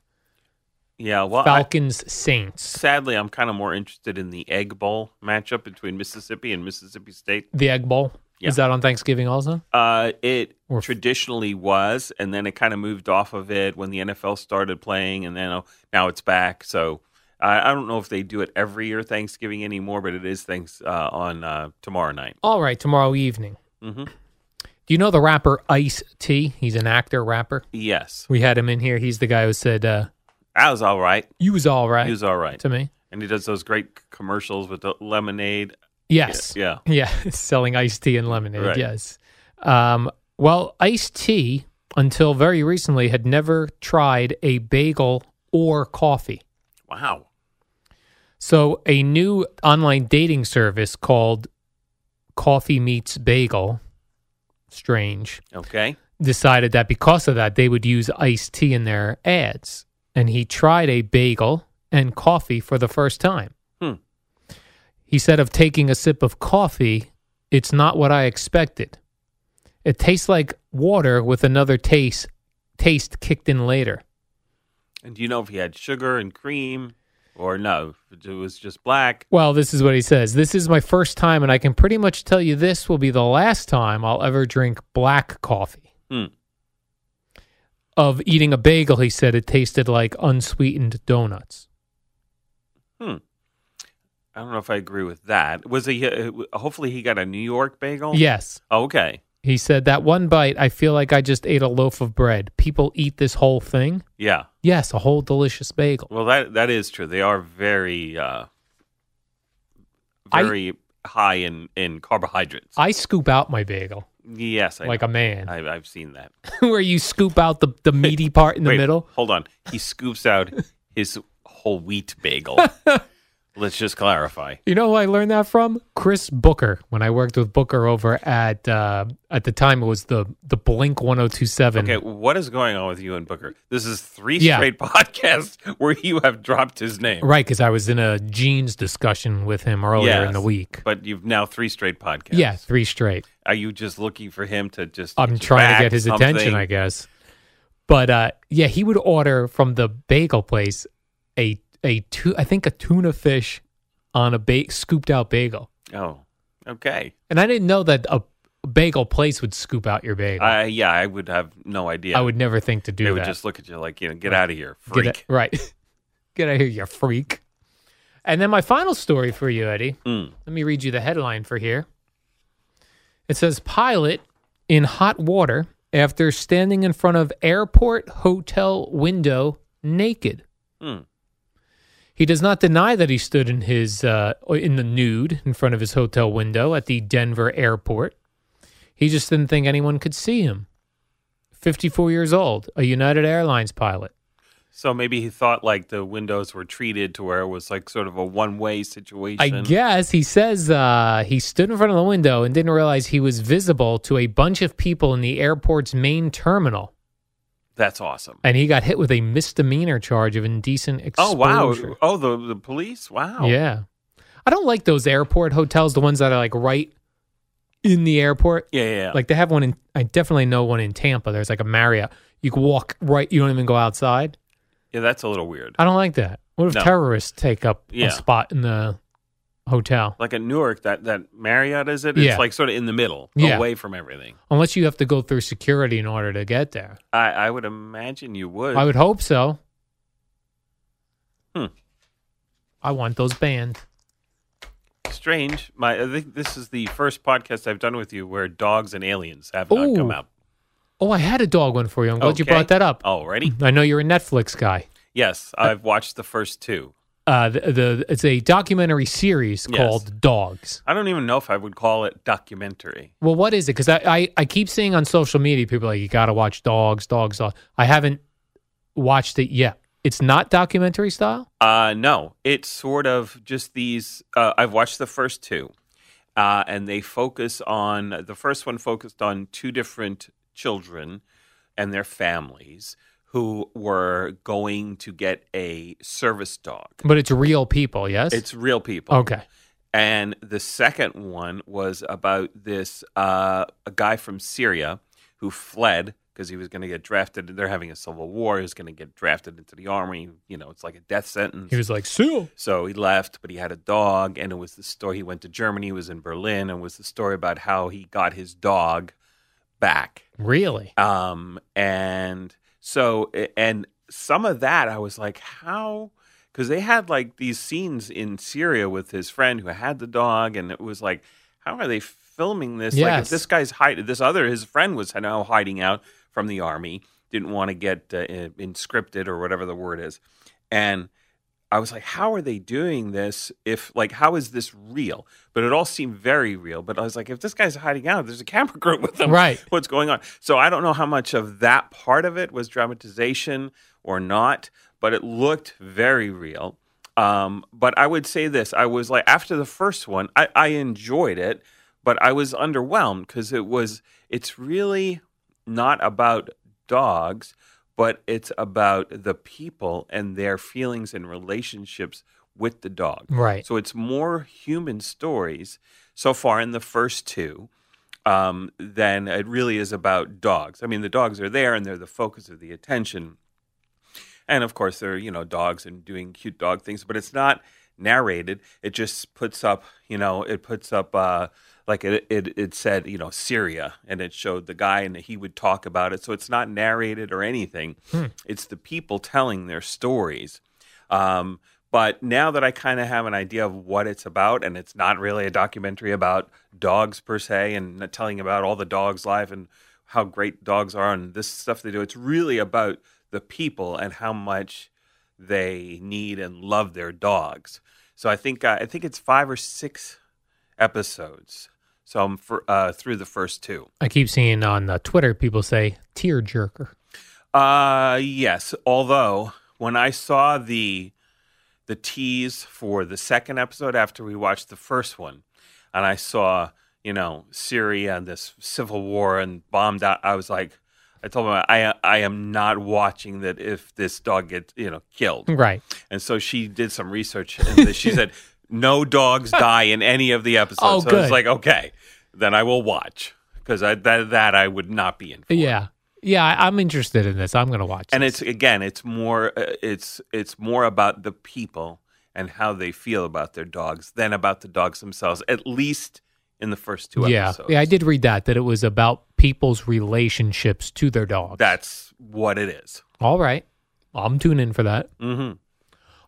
[SPEAKER 4] yeah. Well, I-
[SPEAKER 2] Falcons Saints.
[SPEAKER 4] sadly, I'm kind of more interested in the Egg Bowl matchup between Mississippi and Mississippi State.
[SPEAKER 2] The Egg Bowl
[SPEAKER 4] Yeah.
[SPEAKER 2] is that on Thanksgiving also?
[SPEAKER 4] Uh, it
[SPEAKER 2] Or-
[SPEAKER 4] traditionally was, and then it kind of moved off of it when the NFL started playing, and then uh, now it's back. So I, I don't know if they do it every year Thanksgiving anymore, but it is thanks uh, on uh, tomorrow night.
[SPEAKER 2] All right, tomorrow evening.
[SPEAKER 4] Mhm.
[SPEAKER 2] Do you know the rapper Ice T? He's an actor rapper.
[SPEAKER 4] Yes,
[SPEAKER 2] We had him in here. He's the guy who said, uh,
[SPEAKER 4] I was all right.
[SPEAKER 2] "You was all right
[SPEAKER 4] He was all right,
[SPEAKER 2] to me."
[SPEAKER 4] and he does those great commercials with the lemonade.
[SPEAKER 2] Yes.
[SPEAKER 4] Yeah.
[SPEAKER 2] Yeah, selling iced tea and lemonade.
[SPEAKER 4] Right.
[SPEAKER 2] Yes. Um, well, iced tea until very recently had never tried a bagel or coffee.
[SPEAKER 4] Wow.
[SPEAKER 2] So, a new online dating service called Coffee Meets Bagel, strange,
[SPEAKER 4] Okay.
[SPEAKER 2] decided that because of that, they would use iced tea in their ads. And he tried a bagel and coffee for the first time.
[SPEAKER 4] Hmm.
[SPEAKER 2] He said of taking a sip of coffee, it's not what I expected. It tastes like water with another taste taste kicked in later.
[SPEAKER 4] And do you know if he had sugar and cream or no? If It was just black.
[SPEAKER 2] Well, this is what he says. This is my first time, and I can pretty much tell you this will be the last time I'll ever drink black coffee.
[SPEAKER 4] Hmm.
[SPEAKER 2] Of eating a bagel, he said it tasted like unsweetened donuts.
[SPEAKER 4] Hmm. I don't know if I agree with that. Was he? uh, Hopefully, he got a New York bagel. Oh,
[SPEAKER 2] Yes.
[SPEAKER 4] Okay.
[SPEAKER 2] He said that one bite, I feel like I just ate a loaf of bread. People eat this whole thing.
[SPEAKER 4] Yeah.
[SPEAKER 2] Yes, a whole delicious bagel.
[SPEAKER 4] Well, that that is true. They are very, uh,
[SPEAKER 2] I-
[SPEAKER 4] very high in in carbohydrates.
[SPEAKER 2] I scoop out my bagel
[SPEAKER 4] yes, I
[SPEAKER 2] like
[SPEAKER 4] know.
[SPEAKER 2] a man,
[SPEAKER 4] I, I've seen that.
[SPEAKER 2] where you scoop out the, the meaty part in the
[SPEAKER 4] Wait,
[SPEAKER 2] middle.
[SPEAKER 4] Hold on. He scoops out his whole wheat bagel. Let's just clarify.
[SPEAKER 2] You know who I learned that from? Chris Booker. When I worked with Booker over at uh, at the time, it was the the Blink One Hundred Two Seven.
[SPEAKER 4] Okay, what is going on with you and Booker? This is three
[SPEAKER 2] Yeah.
[SPEAKER 4] straight podcasts where you have dropped his name.
[SPEAKER 2] right? Because I was in a jeans discussion with him earlier in the
[SPEAKER 4] Yes,
[SPEAKER 2] week.
[SPEAKER 4] But you've now three straight podcasts.
[SPEAKER 2] Yeah, three straight.
[SPEAKER 4] Are you just looking for him to just?
[SPEAKER 2] I'm trying to get his attention, I
[SPEAKER 4] guess.
[SPEAKER 2] guess. But uh, yeah, he would order from the bagel place a a tu- I think a tuna fish on a ba- scooped out bagel,
[SPEAKER 4] Oh, okay.
[SPEAKER 2] and I didn't know that a bagel place would scoop out your bagel. I,
[SPEAKER 4] I yeah, I would have no idea.
[SPEAKER 2] would never think to do
[SPEAKER 4] They
[SPEAKER 2] that.
[SPEAKER 4] would just look at you like you know, get out of here,
[SPEAKER 2] Get
[SPEAKER 4] freak.
[SPEAKER 2] out- right. Get out of here, you freak. And then my final story for you, Eddie.
[SPEAKER 4] Mm.
[SPEAKER 2] Let me read you the headline for here. It says Pilot in hot water after standing in front of airport hotel window naked.
[SPEAKER 4] Hmm.
[SPEAKER 2] He does not deny that he stood in his uh, in the nude in front of his hotel window at the Denver airport. He just didn't think anyone could see him. 54 years old, a United Airlines pilot.
[SPEAKER 4] So maybe he thought like the windows were treated to where it was like sort of a one way situation.
[SPEAKER 2] I guess he says uh, he stood in front of the window and didn't realize he was visible to a bunch of people in the airport's main terminal,
[SPEAKER 4] That's awesome.
[SPEAKER 2] and he got hit with a misdemeanor charge of indecent exposure.
[SPEAKER 4] Oh wow! Oh the the police! Wow.
[SPEAKER 2] Yeah, I don't like those airport hotels, the ones that are like right in the airport.
[SPEAKER 4] Yeah, yeah. yeah.
[SPEAKER 2] Like they have one in. I definitely know one in Tampa. There's like a Marriott. You can walk right. You don't even go outside.
[SPEAKER 4] yeah, that's a little weird.
[SPEAKER 2] I don't like that. What if
[SPEAKER 4] No.
[SPEAKER 2] terrorists take up
[SPEAKER 4] Yeah.
[SPEAKER 2] a spot in the hotel?
[SPEAKER 4] like at Newark, that that Marriott is it?
[SPEAKER 2] Yeah.
[SPEAKER 4] It's like sort of in the middle,
[SPEAKER 2] Yeah.
[SPEAKER 4] away from everything.
[SPEAKER 2] Unless you have to go through security in order to get there.
[SPEAKER 4] I, I would imagine you would.
[SPEAKER 2] I would hope so.
[SPEAKER 4] Hmm.
[SPEAKER 2] I want those banned.
[SPEAKER 4] Strange. My I think this is the first podcast I've done with you where dogs and aliens have not come
[SPEAKER 2] Ooh.
[SPEAKER 4] up.
[SPEAKER 2] Oh, I had a dog one for you. I'm glad you
[SPEAKER 4] Okay. Oh,
[SPEAKER 2] brought that up. Mm-hmm.
[SPEAKER 4] Already?
[SPEAKER 2] I know you're a Netflix guy.
[SPEAKER 4] yes, I've watched the first two.
[SPEAKER 2] Uh, the, the it's a documentary series
[SPEAKER 4] Yes.
[SPEAKER 2] called Dogs.
[SPEAKER 4] I don't even know if I would call it documentary.
[SPEAKER 2] Well, what is it? Because I, I I keep seeing on social media people are like you got to watch Dogs, Dogs, Dogs. I haven't watched it yet. It's not documentary style.
[SPEAKER 4] Uh, no, it's sort of just these. Uh, I've watched the first two, uh, and they focus on the first one focused on two different children and their families who were going to get a service dog.
[SPEAKER 2] But it's real people, yes? Oh,
[SPEAKER 4] It's real people.
[SPEAKER 2] okay.
[SPEAKER 4] And the second one was about this uh, a guy from Syria who fled because he was going to get drafted. They're having a civil war. He was going to get drafted into the army. You know, it's like a death sentence.
[SPEAKER 2] He was like, Sue.
[SPEAKER 4] So he left, but he had a dog, and it was the story. He went to Germany, he was in Berlin, and it was the story about how he got his dog back.
[SPEAKER 2] Really?
[SPEAKER 4] Um, and so, and some of that, I was like, how? Because they had like these scenes in Syria with his friend who had the dog, and it was like, how are they filming this? Like,
[SPEAKER 2] Yes.
[SPEAKER 4] if this guy's hiding, this other, his friend was now hiding out from the army, didn't want to get uh, in- inscripted or whatever the word is. And I was like, how are they doing this? If, like, how is this real? But it all seemed very real. But I was like, if this guy's hiding out, there's a camera crew with him
[SPEAKER 2] Right.
[SPEAKER 4] what's going on. So I don't know how much of that part of it was dramatization or not, but it looked very real. Um, but I would say this: I was like after the first one, I, I enjoyed it, but I was underwhelmed because it was it's really not about dogs, but it's about the people and their feelings and relationships with the dog.
[SPEAKER 2] Right.
[SPEAKER 4] So it's more human stories so far in the first two um, than it really is about dogs. I mean, the dogs are there and they're the focus of the attention. And of course, they're, you know, dogs and doing cute dog things, but it's not narrated. It just puts up, you know, it puts up, uh, like it, it, it said, you know, Syria, and it showed the guy and he would talk about it. So it's not narrated or anything. It's the people telling their stories. Um, but now that I kind of have an idea of what it's about, and it's not really a documentary about dogs per se, and telling about all the dogs' life and how great dogs are and this stuff they do, it's really about the people and how much they need and love their dogs. So I think uh, I think it's five or six episodes. So I'm for, uh, through the first two.
[SPEAKER 2] I keep seeing on uh, Twitter people say tearjerker.
[SPEAKER 4] Uh yes, although when I saw the the tease for the second episode after we watched the first one and I saw, you know, Syria and this civil war and bombed out, I was like I told my I I am not watching that if this dog gets, you know, killed.
[SPEAKER 2] Right.
[SPEAKER 4] And so she did some research and she said no dogs die in any of the episodes.
[SPEAKER 2] Oh,
[SPEAKER 4] so I was
[SPEAKER 2] good.
[SPEAKER 4] like, okay, then I will watch because I that that I would not be in for.
[SPEAKER 2] Yeah. Yeah, I, I'm interested in this. I'm going to watch
[SPEAKER 4] and
[SPEAKER 2] this.
[SPEAKER 4] it's again it's more uh, it's it's more about the people and how they feel about their dogs than about the dogs themselves at least in the first two
[SPEAKER 2] yeah.
[SPEAKER 4] episodes
[SPEAKER 2] Yeah, I did read that that it was about people's relationships to their dogs.
[SPEAKER 4] that's what it is
[SPEAKER 2] All right. I'm tuning in for that.
[SPEAKER 4] mm-hmm.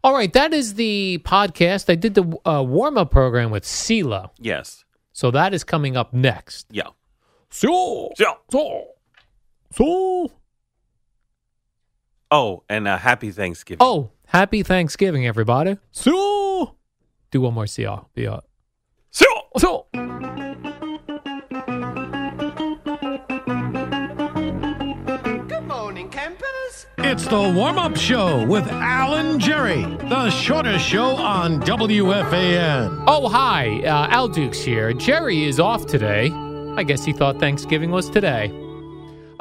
[SPEAKER 2] All right, that is the podcast. I did the uh, warm up program with CeeLo.
[SPEAKER 4] yes
[SPEAKER 2] So that is coming up next.
[SPEAKER 4] yeah
[SPEAKER 2] So,
[SPEAKER 4] so
[SPEAKER 2] so, so.
[SPEAKER 4] oh and uh, happy thanksgiving
[SPEAKER 2] Oh, happy Thanksgiving, everybody. So, do one more CR. Be all-
[SPEAKER 4] so
[SPEAKER 2] So.
[SPEAKER 5] Good morning, campers.
[SPEAKER 6] It's
[SPEAKER 5] the warm up show with Alan Jerry, the shortest show on WFAN.
[SPEAKER 2] Oh, hi. Uh, Al Dukes here. Jerry is off today. I guess he thought Thanksgiving was today.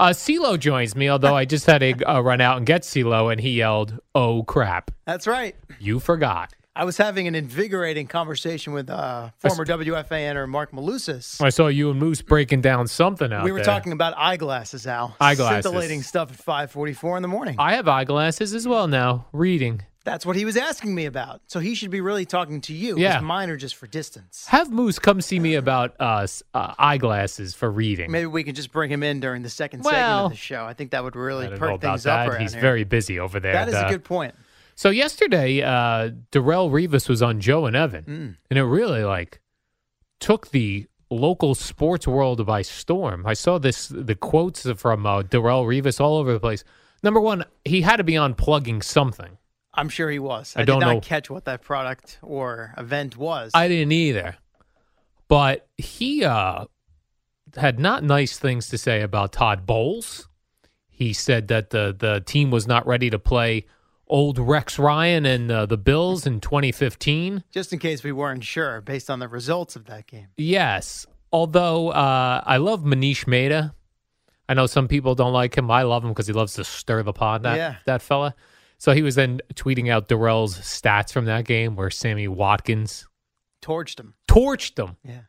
[SPEAKER 2] Uh, CeeLo joins me, although I just had to uh, run out and get CeeLo, and he yelled, Oh, crap.
[SPEAKER 6] That's right.
[SPEAKER 2] You forgot.
[SPEAKER 6] I was having an invigorating conversation with uh, former WFANer Mark Malusis.
[SPEAKER 2] I saw you and Moose breaking down something out
[SPEAKER 6] We were
[SPEAKER 2] there.
[SPEAKER 6] talking about eyeglasses, Al.
[SPEAKER 2] Eyeglasses.
[SPEAKER 6] Scintillating stuff at 5:44 in the morning.
[SPEAKER 2] I have eyeglasses as well now, reading.
[SPEAKER 6] That's what he was asking me about. So he should be really talking to you. 'cause
[SPEAKER 2] Yeah.
[SPEAKER 6] Mine are just for distance.
[SPEAKER 2] Have Moose come see me about uh, s- uh, eyeglasses for reading.
[SPEAKER 6] Maybe we can just bring him in during the second segment
[SPEAKER 2] Well,
[SPEAKER 6] of the show. I think that would really
[SPEAKER 2] I don't know
[SPEAKER 6] perk
[SPEAKER 2] about
[SPEAKER 6] things up
[SPEAKER 2] that.
[SPEAKER 6] around
[SPEAKER 2] He's
[SPEAKER 6] here.
[SPEAKER 2] very busy over there.
[SPEAKER 6] that is
[SPEAKER 2] at,
[SPEAKER 6] a
[SPEAKER 2] uh,
[SPEAKER 6] good point.
[SPEAKER 2] So yesterday, uh, Darrell Rivas was on Joe and Evan, and it really like took the local sports world by storm. I saw this the quotes from uh, Darrell Rivas all over the place. Number one, he had to be on plugging something.
[SPEAKER 6] I'm sure he was.
[SPEAKER 2] I
[SPEAKER 6] I,
[SPEAKER 2] don't
[SPEAKER 6] did not
[SPEAKER 2] know.
[SPEAKER 6] catch what that product or event was.
[SPEAKER 2] I didn't either, but he uh, had not nice things to say about Todd Bowles. He said that the the team was not ready to play old Rex Ryan and uh, the Bills in 2015.
[SPEAKER 6] just in case we weren't sure, based on the results of that game.
[SPEAKER 2] Yes. Although uh, I love Manish Mehta. I know some people don't like him. I love him because he loves to stir the pot, that,
[SPEAKER 6] Yeah.
[SPEAKER 2] that fella. So he was then tweeting out Darrell's stats from that game where Sammy Watkins
[SPEAKER 6] Torched him.
[SPEAKER 2] torched them.
[SPEAKER 6] Yeah.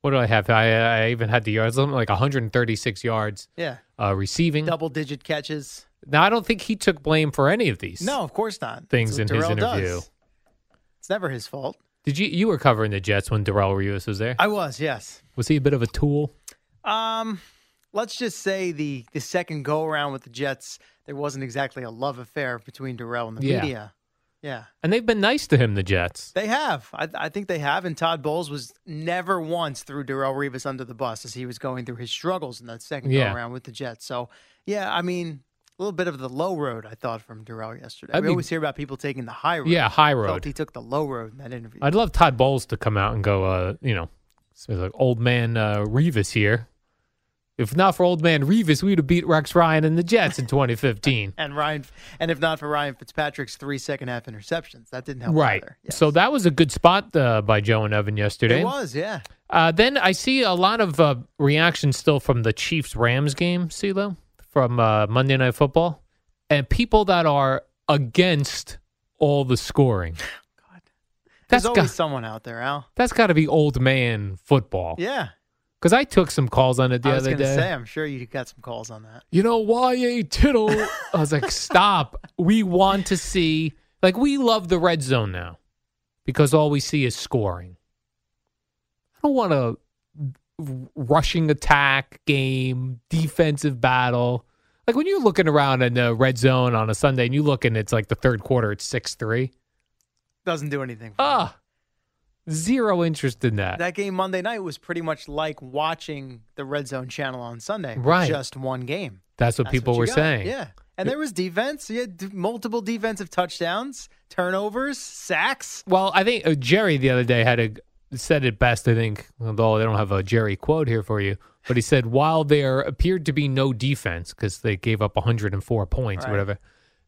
[SPEAKER 2] What do I have? I, I even had the yards, something like 136 yards
[SPEAKER 6] Yeah.
[SPEAKER 2] uh, receiving.
[SPEAKER 6] Double digit catches.
[SPEAKER 2] Now, I don't think he took blame for any of these.
[SPEAKER 6] No, of course not. That's
[SPEAKER 2] Things
[SPEAKER 6] what
[SPEAKER 2] in his
[SPEAKER 6] Darrell
[SPEAKER 2] interview.
[SPEAKER 6] does. It's never his fault.
[SPEAKER 2] Did you, you were covering the Jets when Darrell Rivas was there?
[SPEAKER 6] I was, yes.
[SPEAKER 2] Was he a bit of a tool?
[SPEAKER 6] Um, let's just say the the second go around with the Jets, there wasn't exactly a love affair between Darrell and the
[SPEAKER 2] Yeah.
[SPEAKER 6] media. Yeah,
[SPEAKER 2] And they've been nice to him, the Jets.
[SPEAKER 6] they have. I, I think they have. And Todd Bowles was never once threw Darrell Rivas under the bus as he was going through his struggles in that second
[SPEAKER 2] Yeah.
[SPEAKER 6] go around with the Jets. So, yeah, I mean, a little bit of the low road, I thought, from Darrell yesterday.
[SPEAKER 2] That'd
[SPEAKER 6] we
[SPEAKER 2] be-
[SPEAKER 6] always hear about people taking the high road.
[SPEAKER 2] Yeah, high
[SPEAKER 6] Felt
[SPEAKER 2] road.
[SPEAKER 6] he took the low road in that interview.
[SPEAKER 2] I'd love Todd Bowles to come out and go, uh, you know, so it's like old man uh, Revis here. If not for old man Revis, we'd have beat Rex Ryan and the Jets in 2015.
[SPEAKER 6] and Ryan, and if not for Ryan Fitzpatrick's three second half interceptions, that didn't help.
[SPEAKER 2] right.
[SPEAKER 6] Either.
[SPEAKER 2] So that was a good spot uh, by Joe and Evan yesterday.
[SPEAKER 6] It was, yeah.
[SPEAKER 2] Uh, then I see a lot of uh, reaction still from the Chiefs Rams game, CeeLo, from uh, Monday Night Football, and people that are against all the scoring. God.
[SPEAKER 6] There's
[SPEAKER 2] That's
[SPEAKER 6] always
[SPEAKER 2] got,
[SPEAKER 6] someone out there, Al.
[SPEAKER 2] that's got to be old man football.
[SPEAKER 6] Yeah.
[SPEAKER 2] Because I took some calls on it the
[SPEAKER 6] I was
[SPEAKER 2] other
[SPEAKER 6] going to
[SPEAKER 2] day.
[SPEAKER 6] say, I'm sure you got some calls on that.
[SPEAKER 2] you know, YA Tittle. I was like, stop. We want to see, like, we love the red zone now because all we see is scoring. I don't want a rushing attack game, defensive battle. Like, when you're looking around in the red zone on a Sunday and you look and it's like the third quarter, it's 6 3.
[SPEAKER 6] Doesn't do anything. For
[SPEAKER 2] Ah, zero interest in
[SPEAKER 6] me.
[SPEAKER 2] that.
[SPEAKER 6] That game Monday night was pretty much like watching the Red Zone channel on Sunday. with
[SPEAKER 2] Right.
[SPEAKER 6] Just one game.
[SPEAKER 2] That's what
[SPEAKER 6] That's
[SPEAKER 2] people
[SPEAKER 6] you
[SPEAKER 2] were
[SPEAKER 6] got.
[SPEAKER 2] saying.
[SPEAKER 6] Yeah. And there was defense. You had d- multiple defensive touchdowns, turnovers, sacks.
[SPEAKER 2] Well, I think uh, Jerry the other day had a said it best. I think, although they don't have a Jerry quote here for you, but he said while there appeared to be no defense because they gave up 104 points, or
[SPEAKER 6] Right.
[SPEAKER 2] whatever,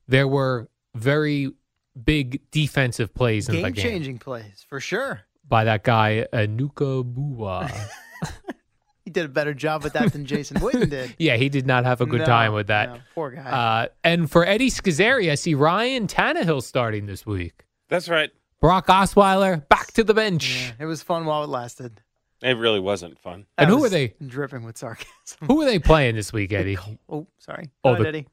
[SPEAKER 2] there were very big defensive plays in the
[SPEAKER 6] Game
[SPEAKER 2] game
[SPEAKER 6] changing plays, for sure.
[SPEAKER 2] by that guy Anuka Bua.
[SPEAKER 6] He did a better job with that than Jason Witten did.
[SPEAKER 2] yeah, he did not have a good
[SPEAKER 6] No,
[SPEAKER 2] time with that.
[SPEAKER 6] no, poor guy.
[SPEAKER 2] Uh, and for Eddie Scazzeri, I see Ryan Tannehill starting this week.
[SPEAKER 4] That's right.
[SPEAKER 2] Brock Osweiler back to the bench.
[SPEAKER 6] Yeah, it was fun while it lasted.
[SPEAKER 4] It really wasn't fun.
[SPEAKER 6] That
[SPEAKER 2] And who
[SPEAKER 6] was
[SPEAKER 2] are they?
[SPEAKER 6] Dripping with sarcasm.
[SPEAKER 2] Who are they playing this week, Eddie?
[SPEAKER 6] Oh, sorry.
[SPEAKER 2] Oh,
[SPEAKER 6] Go ahead,
[SPEAKER 2] the-
[SPEAKER 6] Eddie.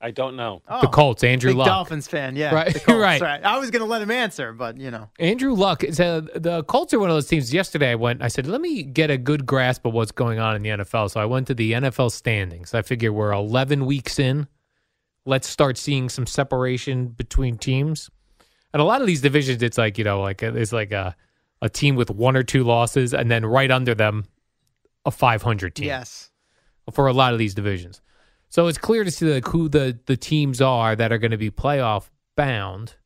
[SPEAKER 4] I don't know.
[SPEAKER 6] Oh,
[SPEAKER 2] The Colts, Andrew
[SPEAKER 6] big
[SPEAKER 2] Luck.
[SPEAKER 6] Dolphins fan. Yeah,
[SPEAKER 2] Right,
[SPEAKER 6] the Colts,
[SPEAKER 2] right.
[SPEAKER 6] I was gonna let him answer, but you know,
[SPEAKER 2] Andrew Luck. So the Colts are one of those teams. Yesterday, I went. I said, "Let me get a good grasp of what's going on in the NFL." So I went to the NFL standings. I figure we're 11 weeks in. Let's start seeing some separation between teams. And a lot of these divisions, it's like you know, like uh, it's like a a team with one or two losses, and then right under them, a 500 team
[SPEAKER 6] yes,
[SPEAKER 2] for a lot of these divisions. So it's clear to see like who the the teams are that are going to be playoff bound.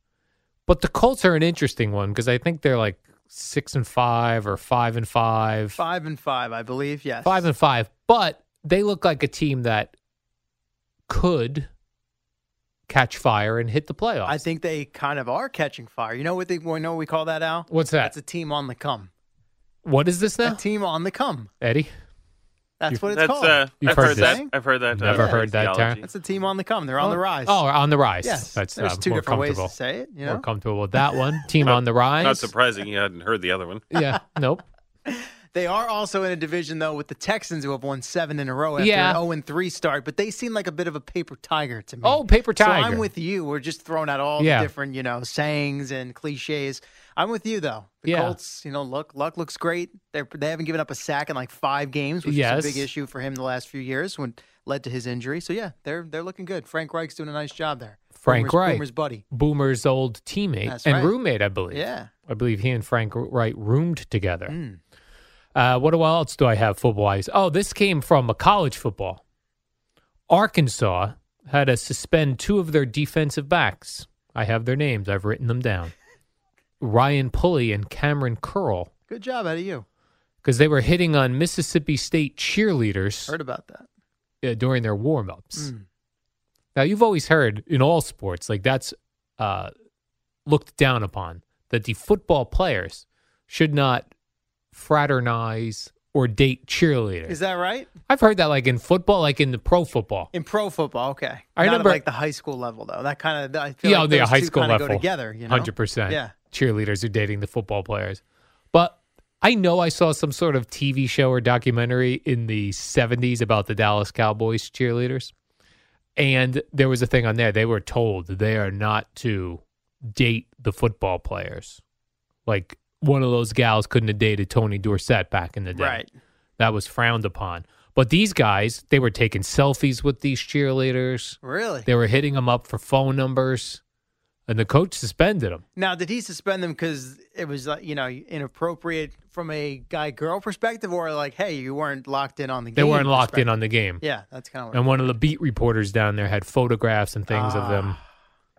[SPEAKER 2] But the Colts are an interesting one because I think they're like six and five or five and five,
[SPEAKER 6] five and five, I believe. Yes,
[SPEAKER 2] five and five. But they look like a team that could catch fire and hit the playoffs.
[SPEAKER 6] I think they kind of are catching fire. You know what they you know what we call that, Al?
[SPEAKER 2] What's that?
[SPEAKER 6] That's a team on the come.
[SPEAKER 2] what is this
[SPEAKER 6] A
[SPEAKER 2] now,
[SPEAKER 6] team on the come.
[SPEAKER 2] Eddie?
[SPEAKER 6] That's what it's
[SPEAKER 4] That's
[SPEAKER 6] called.
[SPEAKER 4] uh,
[SPEAKER 2] You've
[SPEAKER 4] I've
[SPEAKER 2] heard
[SPEAKER 4] heard that.
[SPEAKER 6] this?
[SPEAKER 4] I've heard that. uh,
[SPEAKER 2] Never heard that term.
[SPEAKER 4] theology.
[SPEAKER 6] That's a team on the come. They're on the rise.
[SPEAKER 2] Oh, on the rise.
[SPEAKER 6] yes.
[SPEAKER 2] that's
[SPEAKER 6] There's
[SPEAKER 2] uh,
[SPEAKER 6] two
[SPEAKER 2] more
[SPEAKER 6] different ways
[SPEAKER 2] comfortable.
[SPEAKER 6] to say it. You know,
[SPEAKER 2] More comfortable with that one. Team on the rise.
[SPEAKER 4] Not surprising you hadn't heard the other one.
[SPEAKER 2] yeah. Nope.
[SPEAKER 6] they are also in a division though with the Texans who have won seven in a row after
[SPEAKER 2] Yeah.
[SPEAKER 6] an zero and three start. But they seem like a bit of a paper tiger to me.
[SPEAKER 2] Oh, paper tiger.
[SPEAKER 6] So I'm with you. We're just throwing out all
[SPEAKER 2] Yeah.
[SPEAKER 6] the different, you know, sayings and cliches. I'm with you though. The
[SPEAKER 2] Yeah.
[SPEAKER 6] Colts, you know, look, luck looks great. They they haven't given up a sack in like five games, which
[SPEAKER 2] Yes.
[SPEAKER 6] is a big issue for him the last few years, when led to his injury. So yeah, they're they're looking good. Frank Reich's doing a nice job there.
[SPEAKER 2] Frank
[SPEAKER 6] Boomer's,
[SPEAKER 2] Reich.
[SPEAKER 6] Boomer's buddy.
[SPEAKER 2] Boomer's old teammate
[SPEAKER 6] That's
[SPEAKER 2] and
[SPEAKER 6] right.
[SPEAKER 2] roommate, I believe.
[SPEAKER 6] Yeah. Hmm.
[SPEAKER 2] I believe he and Frank Wright roomed together. Uh, what else do I have football wise? Oh, this came from a college football. Arkansas had to suspend two of their defensive backs. I have their names. I've written them down. Ryan Pulley and Cameron Curl,
[SPEAKER 6] Good job out of you.
[SPEAKER 2] because they were hitting on Mississippi State cheerleaders
[SPEAKER 6] Heard about that.
[SPEAKER 2] uh, during their warm ups. Now, you've always heard in all sports, like that's uh, looked down upon, that the football players should not fraternize or date cheerleaders.
[SPEAKER 6] Is that right?
[SPEAKER 2] I've heard that like in football, like in the pro football.
[SPEAKER 6] In pro football, okay.
[SPEAKER 2] I
[SPEAKER 6] Not at,
[SPEAKER 2] remember-
[SPEAKER 6] like the high school level though. That kind of I feel
[SPEAKER 2] yeah,
[SPEAKER 6] like
[SPEAKER 2] the
[SPEAKER 6] those
[SPEAKER 2] high
[SPEAKER 6] two
[SPEAKER 2] school
[SPEAKER 6] kinda
[SPEAKER 2] level.
[SPEAKER 6] go together. You know,
[SPEAKER 2] 100%.
[SPEAKER 6] Yeah.
[SPEAKER 2] Cheerleaders are dating the football players. But I know I saw some sort of TV show or documentary in the 70s about the Dallas Cowboys cheerleaders. And there was a thing on there. They were told they are not to date the football players. Like one of those gals couldn't have dated Tony Dorsett back in the day.
[SPEAKER 6] Right.
[SPEAKER 2] That was frowned upon. But these guys, they were taking selfies with these cheerleaders.
[SPEAKER 6] Really?
[SPEAKER 2] They were hitting them up for phone numbers, and the coach suspended them.
[SPEAKER 6] Now, did he suspend them because it was like you know inappropriate from a guy girl perspective, or like, hey, you weren't locked in on the
[SPEAKER 2] They
[SPEAKER 6] game?
[SPEAKER 2] weren't locked in
[SPEAKER 6] perspective?
[SPEAKER 2] on the game.
[SPEAKER 6] Yeah, that's kind of.
[SPEAKER 2] And one of the beat reporters down there had photographs and things of them
[SPEAKER 6] Ah.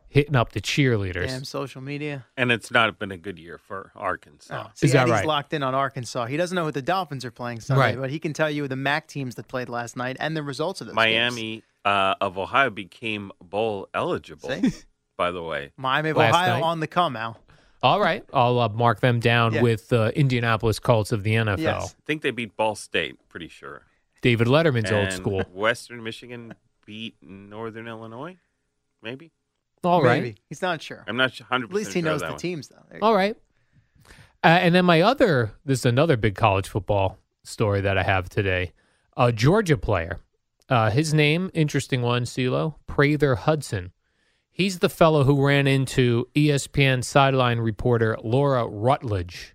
[SPEAKER 2] hitting up the cheerleaders.
[SPEAKER 6] Damn social media.
[SPEAKER 4] And it's not been a good year for Arkansas.
[SPEAKER 2] Oh,
[SPEAKER 6] See,
[SPEAKER 2] Is that
[SPEAKER 6] Eddie's
[SPEAKER 2] right?
[SPEAKER 6] locked in on Arkansas. He doesn't know what the Dolphins are playing Sunday,
[SPEAKER 2] Right.
[SPEAKER 6] but he can tell you the MAC teams that played last night and the results of those. games.
[SPEAKER 4] Miami uh, of Ohio became bowl eligible.
[SPEAKER 6] See?
[SPEAKER 4] By the way,
[SPEAKER 6] Miami of
[SPEAKER 2] Last
[SPEAKER 6] Ohio
[SPEAKER 2] night.
[SPEAKER 6] on the come, Al.
[SPEAKER 2] All right, I'll uh, mark them down
[SPEAKER 6] Yeah.
[SPEAKER 2] with the Indianapolis Colts of the NFL.
[SPEAKER 6] Yes.
[SPEAKER 4] I think they beat Ball State. Pretty sure.
[SPEAKER 2] David Letterman's old
[SPEAKER 4] And
[SPEAKER 2] school.
[SPEAKER 4] Western Michigan beat Northern Illinois. Maybe
[SPEAKER 2] All right, Oh.
[SPEAKER 6] Maybe. He's not sure.
[SPEAKER 4] I'm not 100.
[SPEAKER 6] At least he knows the teams, though. There you
[SPEAKER 2] all right. Uh, and then my other, this is another big college football story that I have today. A Georgia player, uh, his name, interesting one, CeeLo Prather Hudson. He's the fellow who ran into E ESPN sideline reporter Laura Rutledge.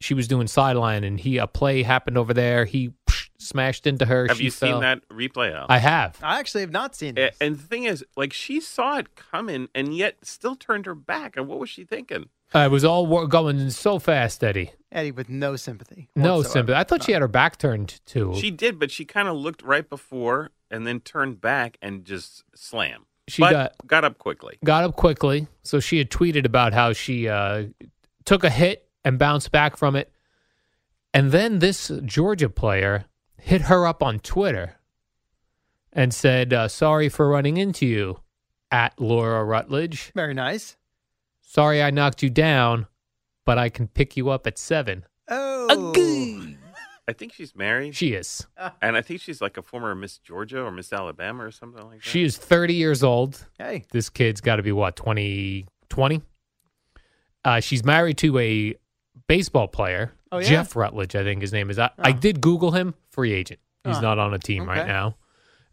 [SPEAKER 2] She was doing sideline, and he a play happened over there. He psh, smashed into her.
[SPEAKER 4] Have
[SPEAKER 2] she
[SPEAKER 4] you
[SPEAKER 2] fell.
[SPEAKER 4] seen that replay? Al?
[SPEAKER 2] I have.
[SPEAKER 6] go. I actually have not seen
[SPEAKER 4] A-
[SPEAKER 6] this.
[SPEAKER 4] And the thing is, like she saw it coming, and yet still turned her back. And what was she thinking?
[SPEAKER 2] Uh, it was all wa- going so fast, Eddie.
[SPEAKER 6] Eddie with no sympathy.
[SPEAKER 2] No
[SPEAKER 6] whatsoever.
[SPEAKER 2] sympathy. I thought she had her back turned too.
[SPEAKER 4] She did, but she kind of looked right before, and then turned back and just slam.
[SPEAKER 2] She
[SPEAKER 4] But
[SPEAKER 2] got-
[SPEAKER 4] got up quickly.
[SPEAKER 2] got up quickly. So she had tweeted about how she uh, took a hit and bounced back from it. And then this Georgia player hit her up on Twitter and said, uh, Sorry for running into you at Laura Rutledge.
[SPEAKER 6] Very nice.
[SPEAKER 2] Sorry I knocked you down, but I can pick you up at seven.
[SPEAKER 6] Oh.
[SPEAKER 4] I think she's married,
[SPEAKER 2] She is.
[SPEAKER 4] and I think she's like a former Miss Georgia or Miss Alabama or something like that.
[SPEAKER 2] She is 30 years old.
[SPEAKER 6] Hey.
[SPEAKER 2] this kid's got to be what 20 20 uh, she's married to a baseball player
[SPEAKER 6] Oh, yeah?
[SPEAKER 2] jeff rutledge i think his name is i, I did google him free agent he's
[SPEAKER 6] Ah,
[SPEAKER 2] not on a team right
[SPEAKER 6] okay.
[SPEAKER 2] now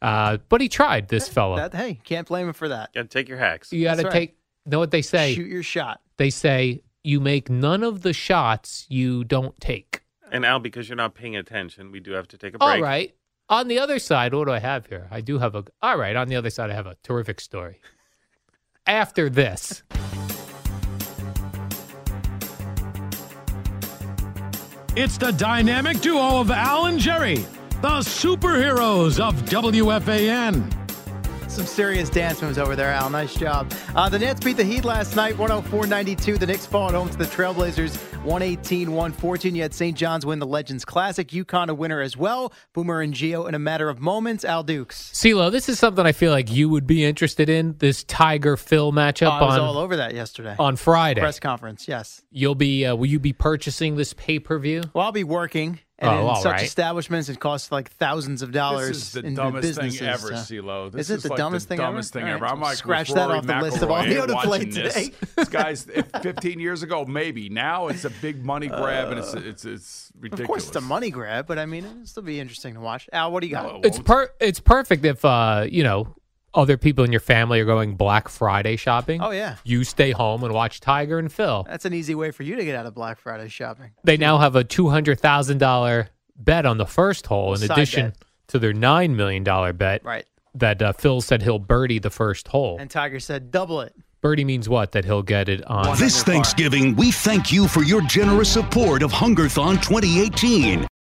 [SPEAKER 2] uh, but he tried this fellow
[SPEAKER 6] That, hey, can't blame him for that.
[SPEAKER 4] Gotta take your hacks.
[SPEAKER 2] you gotta
[SPEAKER 6] that's right.
[SPEAKER 2] take know what they say
[SPEAKER 6] Shoot your shot.
[SPEAKER 2] they say you make none of the shots you don't take
[SPEAKER 4] And Al, because you're not paying attention, we do have to take a break.
[SPEAKER 2] all right on the other side what do i have here i do have a all right on the other side i have a terrific story after this
[SPEAKER 5] It's the dynamic duo of Al and Jerry, the superheroes of WFAN.
[SPEAKER 6] Some serious dance moves over there, Al. Nice job. Uh, the Nets beat the Heat last night, 104-92. The Knicks fall at home to the Trailblazers, 118-114. You had St. John's win the Legends Classic. UConn a winner as well. Boomer and Geo in a matter of moments. Al Dukes.
[SPEAKER 2] CeeLo, this is something I feel like you would be interested in. This Tiger Phil
[SPEAKER 6] Uh,
[SPEAKER 2] matchup
[SPEAKER 6] I was all
[SPEAKER 2] on
[SPEAKER 6] over that yesterday.
[SPEAKER 2] on Friday.
[SPEAKER 6] Press conference, yes.
[SPEAKER 2] You'll be uh, will you be purchasing this pay per view?
[SPEAKER 6] Well, I'll be working. And
[SPEAKER 2] Oh,
[SPEAKER 6] in
[SPEAKER 2] all
[SPEAKER 6] such
[SPEAKER 2] right.
[SPEAKER 6] establishments, it costs like thousands of dollars.
[SPEAKER 7] This is the
[SPEAKER 6] in
[SPEAKER 7] dumbest thing
[SPEAKER 6] businesses,
[SPEAKER 7] ever,
[SPEAKER 6] uh,
[SPEAKER 7] CeeLo. This
[SPEAKER 6] is it the
[SPEAKER 7] like
[SPEAKER 6] dumbest thing ever?
[SPEAKER 7] dumbest thing
[SPEAKER 6] All right,
[SPEAKER 7] ever. I'm
[SPEAKER 6] so
[SPEAKER 7] like,
[SPEAKER 6] scratch that
[SPEAKER 7] Rory
[SPEAKER 6] off the list of all
[SPEAKER 7] McIlroy
[SPEAKER 6] the auto play
[SPEAKER 7] watching this.
[SPEAKER 6] today.
[SPEAKER 7] this guy's 15 years ago, maybe. Now it's a big money grab, and it's it's it's ridiculous.
[SPEAKER 6] Of course, it's a money grab, but I mean, it'll still be interesting to watch. Al, what do you got?
[SPEAKER 7] No, it
[SPEAKER 2] It's
[SPEAKER 7] won't.
[SPEAKER 2] per it's perfect if uh, you know, other people in your family are going Black Friday shopping.
[SPEAKER 6] Oh, yeah.
[SPEAKER 2] You stay home and watch Tiger and Phil.
[SPEAKER 6] That's an easy way for you to get out of Black Friday shopping.
[SPEAKER 2] They now have a two hundred thousand dollar bet on the first hole in
[SPEAKER 6] Side
[SPEAKER 2] addition
[SPEAKER 6] bet.
[SPEAKER 2] to their nine million dollar bet
[SPEAKER 6] Right.
[SPEAKER 2] that uh, Phil said he'll birdie the first hole.
[SPEAKER 6] And Tiger said, double it.
[SPEAKER 2] birdie means what? That he'll get it on
[SPEAKER 3] This Thanksgiving, we thank you for your generous support of Hungerthon 2018.